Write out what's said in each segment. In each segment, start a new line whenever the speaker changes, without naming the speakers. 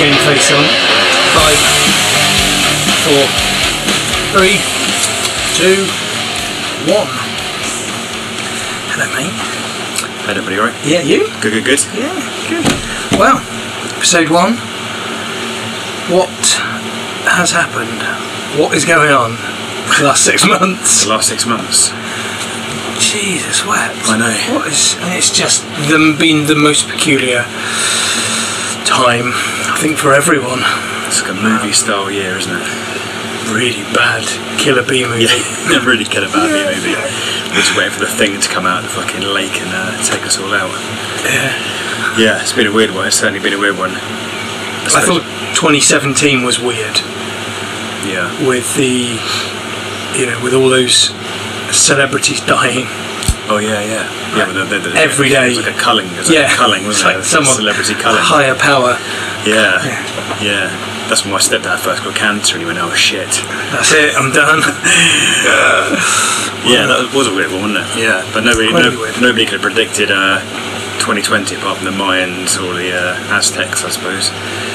in place on. Five, four, three, two, one. Hello, mate.
Had everybody all right?
Yeah, you?
Good, good, good.
Yeah, good. Well, episode one. What has happened? What is going on for the last six months?
The last six months.
Jesus wept.
I know.
What is? And it's just them been the most peculiar time, I think, for everyone.
It's like a movie style year, isn't it?
Really bad killer bee movie.
I'm really good about the movie. We're just waiting for the thing to come out of the fucking lake and uh, take us all out.
Yeah.
Yeah, it's been a weird one. It's certainly been a weird one. I,
I
suppose-
thought 2017 was weird
Yeah.
with the, you know, with all those celebrities dying.
Oh, yeah, yeah. Yeah, but the, the, the,
Every
it was
day.
like a culling. It was like
Yeah,
a culling,
it's
wasn't
like
it? It was a
someone
celebrity culling.
higher power.
Yeah. Yeah. That's when my stepdad first got cancer and he went, oh, shit.
That's it. I'm done.
Yeah, that was a weird one, wasn't it? Yeah, but nobody,
Quite
no,
weird.
nobody could have predicted uh, 2020 apart from the Mayans or the uh, Aztecs, I suppose.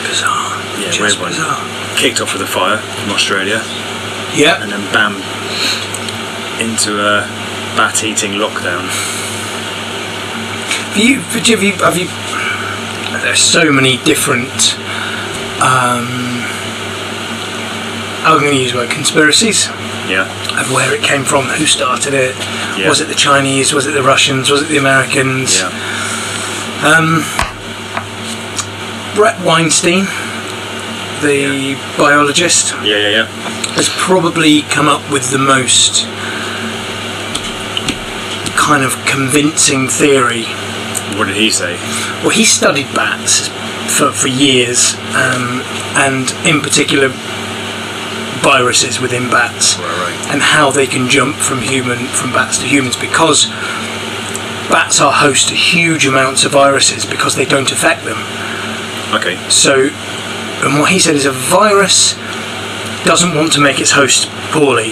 Bizarre.
Yeah,
Just
weird one.
bizarre.
Kicked off with a fire from Australia,
Yeah.
and then bam, into a bat-eating lockdown.
Have you, have you, have you, there's so many different, um, I'm going to use the word conspiracies
Yeah,
of where it came from, who started it,
Yeah.
was it the Chinese, was it the Russians, was it the Americans?
yeah,
Brett Weinstein, the biologist,
yeah, yeah, yeah.
has probably come up with the most kind of convincing theory
What did he say?
Well, he studied bats for, for years, um, and in particular viruses within bats,
Right, right.
and how they can jump from human from bats to humans because bats are host to huge amounts of viruses because they don't affect them.
Okay,
So, and what he said is a virus doesn't want to make its host poorly,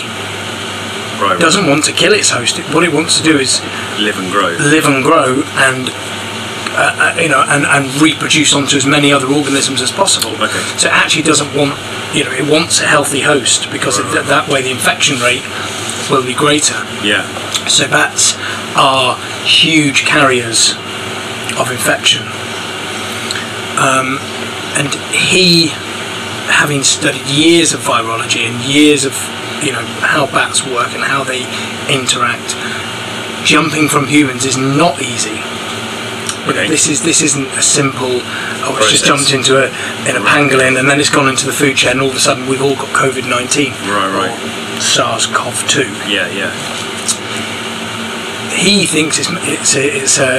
right, right.
doesn't want to kill its host. What it wants to do is
Live and grow.
live and grow and uh, uh, you know and, and reproduce onto as many other organisms as possible
Okay.
so it actually doesn't want you know it wants a healthy host because it, that, that way the infection rate will be greater
Yeah,
so bats are huge carriers of infection um, and he having studied years of virology and years of you know how bats work and how they interact jumping from humans is not easy You know,
Okay.
this is this isn't a simple oh it's just
Process.
jumped into a in a pangolin and then it's gone into the food chain and all of a sudden we've all got covid-19
Right, right.
or sars-cov-2
yeah, yeah.
he thinks it's it's a, it's a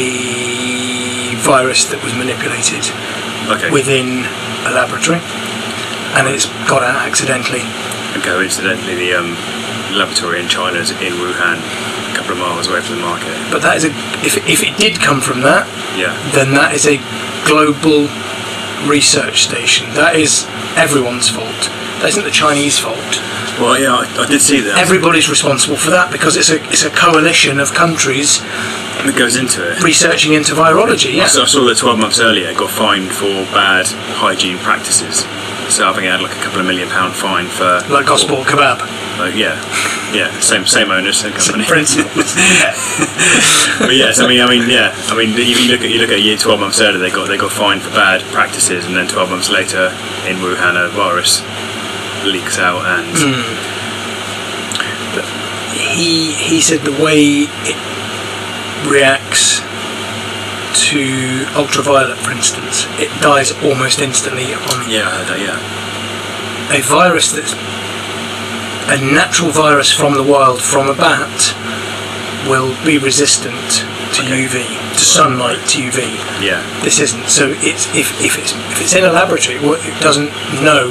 a virus that was manipulated
Okay.
within a laboratory, and it's got out accidentally.
And coincidentally, the um, laboratory in China is in Wuhan, a couple of miles away from the market.
But that is a if if it did come from that,
Yeah.
then that is a global research station. That is everyone's fault. That isn't the Chinese fault.
Well, yeah, I, I did see that.
Everybody's responsible for that because it's a it's a coalition of countries
that goes into it.
researching into virology.
I
Yeah.
saw, I saw that 12 months earlier got fined for bad hygiene practices. So I think it had like a couple of million pound fine for
Like gospel kebab.
Oh, yeah, yeah, same same owner, same company.
principles.
but yes, I mean, I mean, yeah, I mean, you, you look at you look at a year 12 months earlier, they got they got fined for bad practices, and then 12 months later in Wuhan a virus leaks out, and
he he said the way it reacts to ultraviolet, for instance, it dies almost instantly upon
yeah, I heard that, yeah,
a virus that's a natural virus from the wild from a bat will be resistant to
Okay.
UV, to sunlight, to UV.
yeah,
This isn't. So it's if, if it's if it's in a laboratory, well, it doesn't know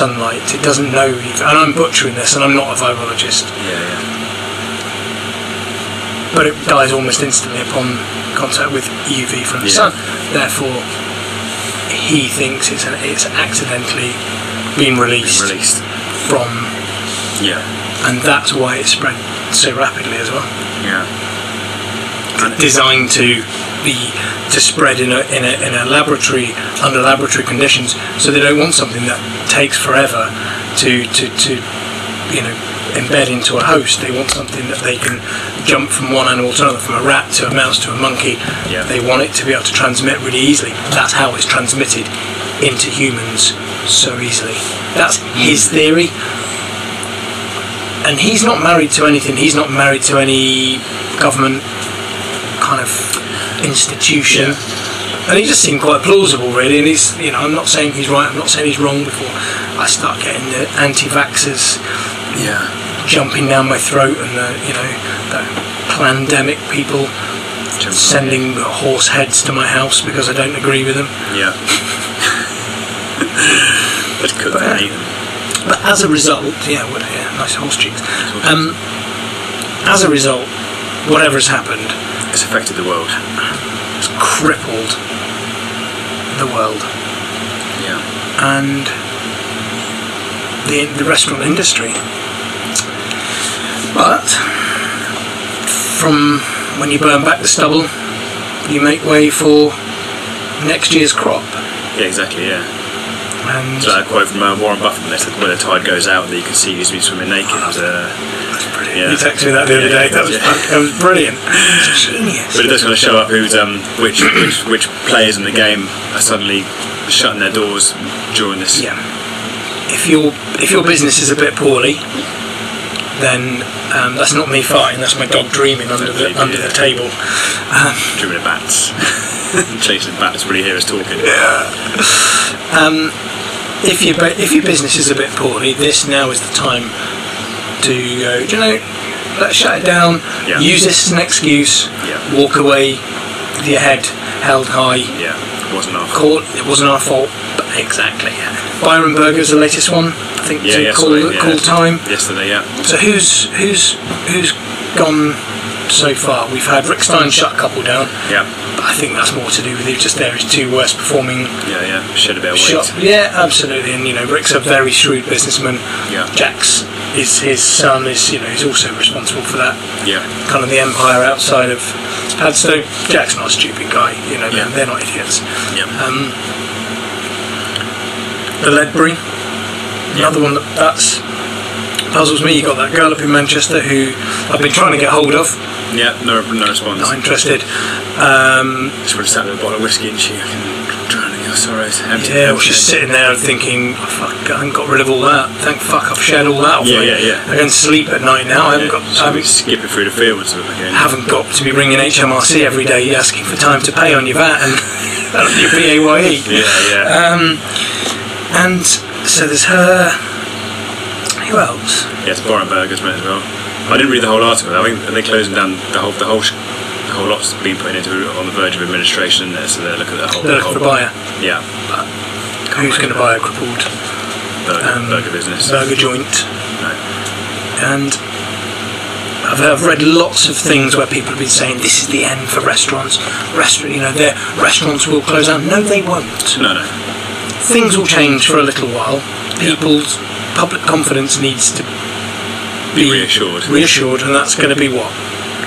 sunlight. It doesn't know. UV. And I'm butchering this, and I'm not a virologist.
yeah,
but it dies almost instantly upon contact with UV from the
Yeah.
sun. Therefore, he thinks it's, an, it's accidentally been
yeah,
released
released,
from,
yeah,
and that's why it spread so rapidly as well.
yeah. planet.
designed to be to spread in a, in a in a laboratory under laboratory conditions. So they don't want something that takes forever to to, to you know embed into a host. They want something that they can jump from one animal to another, from a rat to a mouse to a monkey.
Yeah.
They want it to be able to transmit really easily. That's how it's transmitted into humans so easily. That's his theory and he's not married to anything. He's not married to any government kind of institution. And he just seemed quite plausible, really. And he's, you know, I'm not saying he's right. I'm not saying he's wrong. Before I start getting the anti-vaxxers
Yeah.
jumping down my throat, and the, you know, the pandemic people sending horse heads to my house because I don't agree with them.
Yeah. That's good.
But- uh,
Nathan.
But as a result, yeah, well, yeah nice horse cheeks. Um, as a result, whatever has happened,
It's affected the world.
has crippled the world
Yeah.
and the, the restaurant industry. But from when you burn back the stubble, you make way for next year's crop.
Yeah, exactly. Yeah.
And
It's like a quote from uh, Warren Buffett when they said, "When the tide goes out, that you can see who's been swimming naked." Uh,
that's brilliant.
yeah.
You texted me that the other
Yeah,
day. That was,
yeah.
fun- that was brilliant. It's genius.
but it does kind of show up who's um, which, which which players in the game are suddenly shutting their doors during this.
Yeah. If your if your business is a bit poorly, then um, that's not me farting. That's my dog dreaming under the under the table.
Dreaming of bats. Chasing bats really hear us talking.
If your bu- if your business is a bit poorly, this now is the time to go. Do you know? Let's shut it down.
Yeah.
Use this as an excuse.
Yeah.
Walk away with your head held high.
Yeah, it wasn't our fault.
Call it wasn't our fault. But exactly. Yeah. Byron Burger's the latest one. I think
Yeah,
to
yeah,
call
sorry, yeah.
call time.
Yesterday, yeah.
So who's who's who's gone so far? We've had Rick Stein shut a couple down,
Yeah,
but I think that's more to do with it. Just there is two worst performing
yeah, yeah. Shed a bit of weight.
shot. Yeah, absolutely. And you know, Rick's a very shrewd businessman.
Yeah.
Jack's is his son is you know he's also responsible for that
Yeah,
kind of the empire outside of Padstow. Jack's not a stupid guy. You know,
Yeah.
they're, they're not idiots.
yeah.
Um, the Ledbury, another one that that's puzzles me. You got that girl up in Manchester who I've been trying to get hold of.
yeah, no, no response.
Not interested. Um,
Just would have sat with a bottle of whiskey and she can drown in your sorrows. Empty,
yeah, well,
empty,
she's
empty.
sitting there thinking, oh, fuck, I haven't got rid of all that. Thank fuck, I've shed all that. off
Yeah,
me.
yeah, yeah.
I can sleep at night now. I haven't
Yeah,
got. I
she'll be
haven't,
skipping through the fields with again.
haven't got to be ringing HMRC every day asking for time to pay on your VAT and, and your PAYE.
Yeah, yeah.
E. And so there's her. Who else?
yeah, it's Boren Burgers, mate, as well. I didn't read the whole article. I think they're closing down the whole, the whole, sh- the whole lot's been put into on the verge of administration there, so they're looking at the whole.
They're
whole
looking for a buyer.
Yeah,
Who's going to buy a crippled
burger,
Um,
burger business.
burger joint?
No.
And I've, I've read lots of things where people have been saying this is the end for restaurants. Restaurant, you know, their restaurants will close down. No, they won't.
no, no.
Things will change for a little while. People's public confidence needs to
Be reassured.
reassured, and that's going to be what.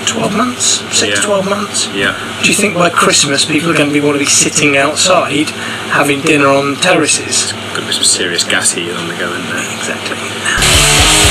12 months? 6
Yeah.
12 months?
Yeah,
Do you think by Christmas people are going to be want to be sitting outside having dinner on terraces?
could be some serious gas heat on the go in there.
Exactly.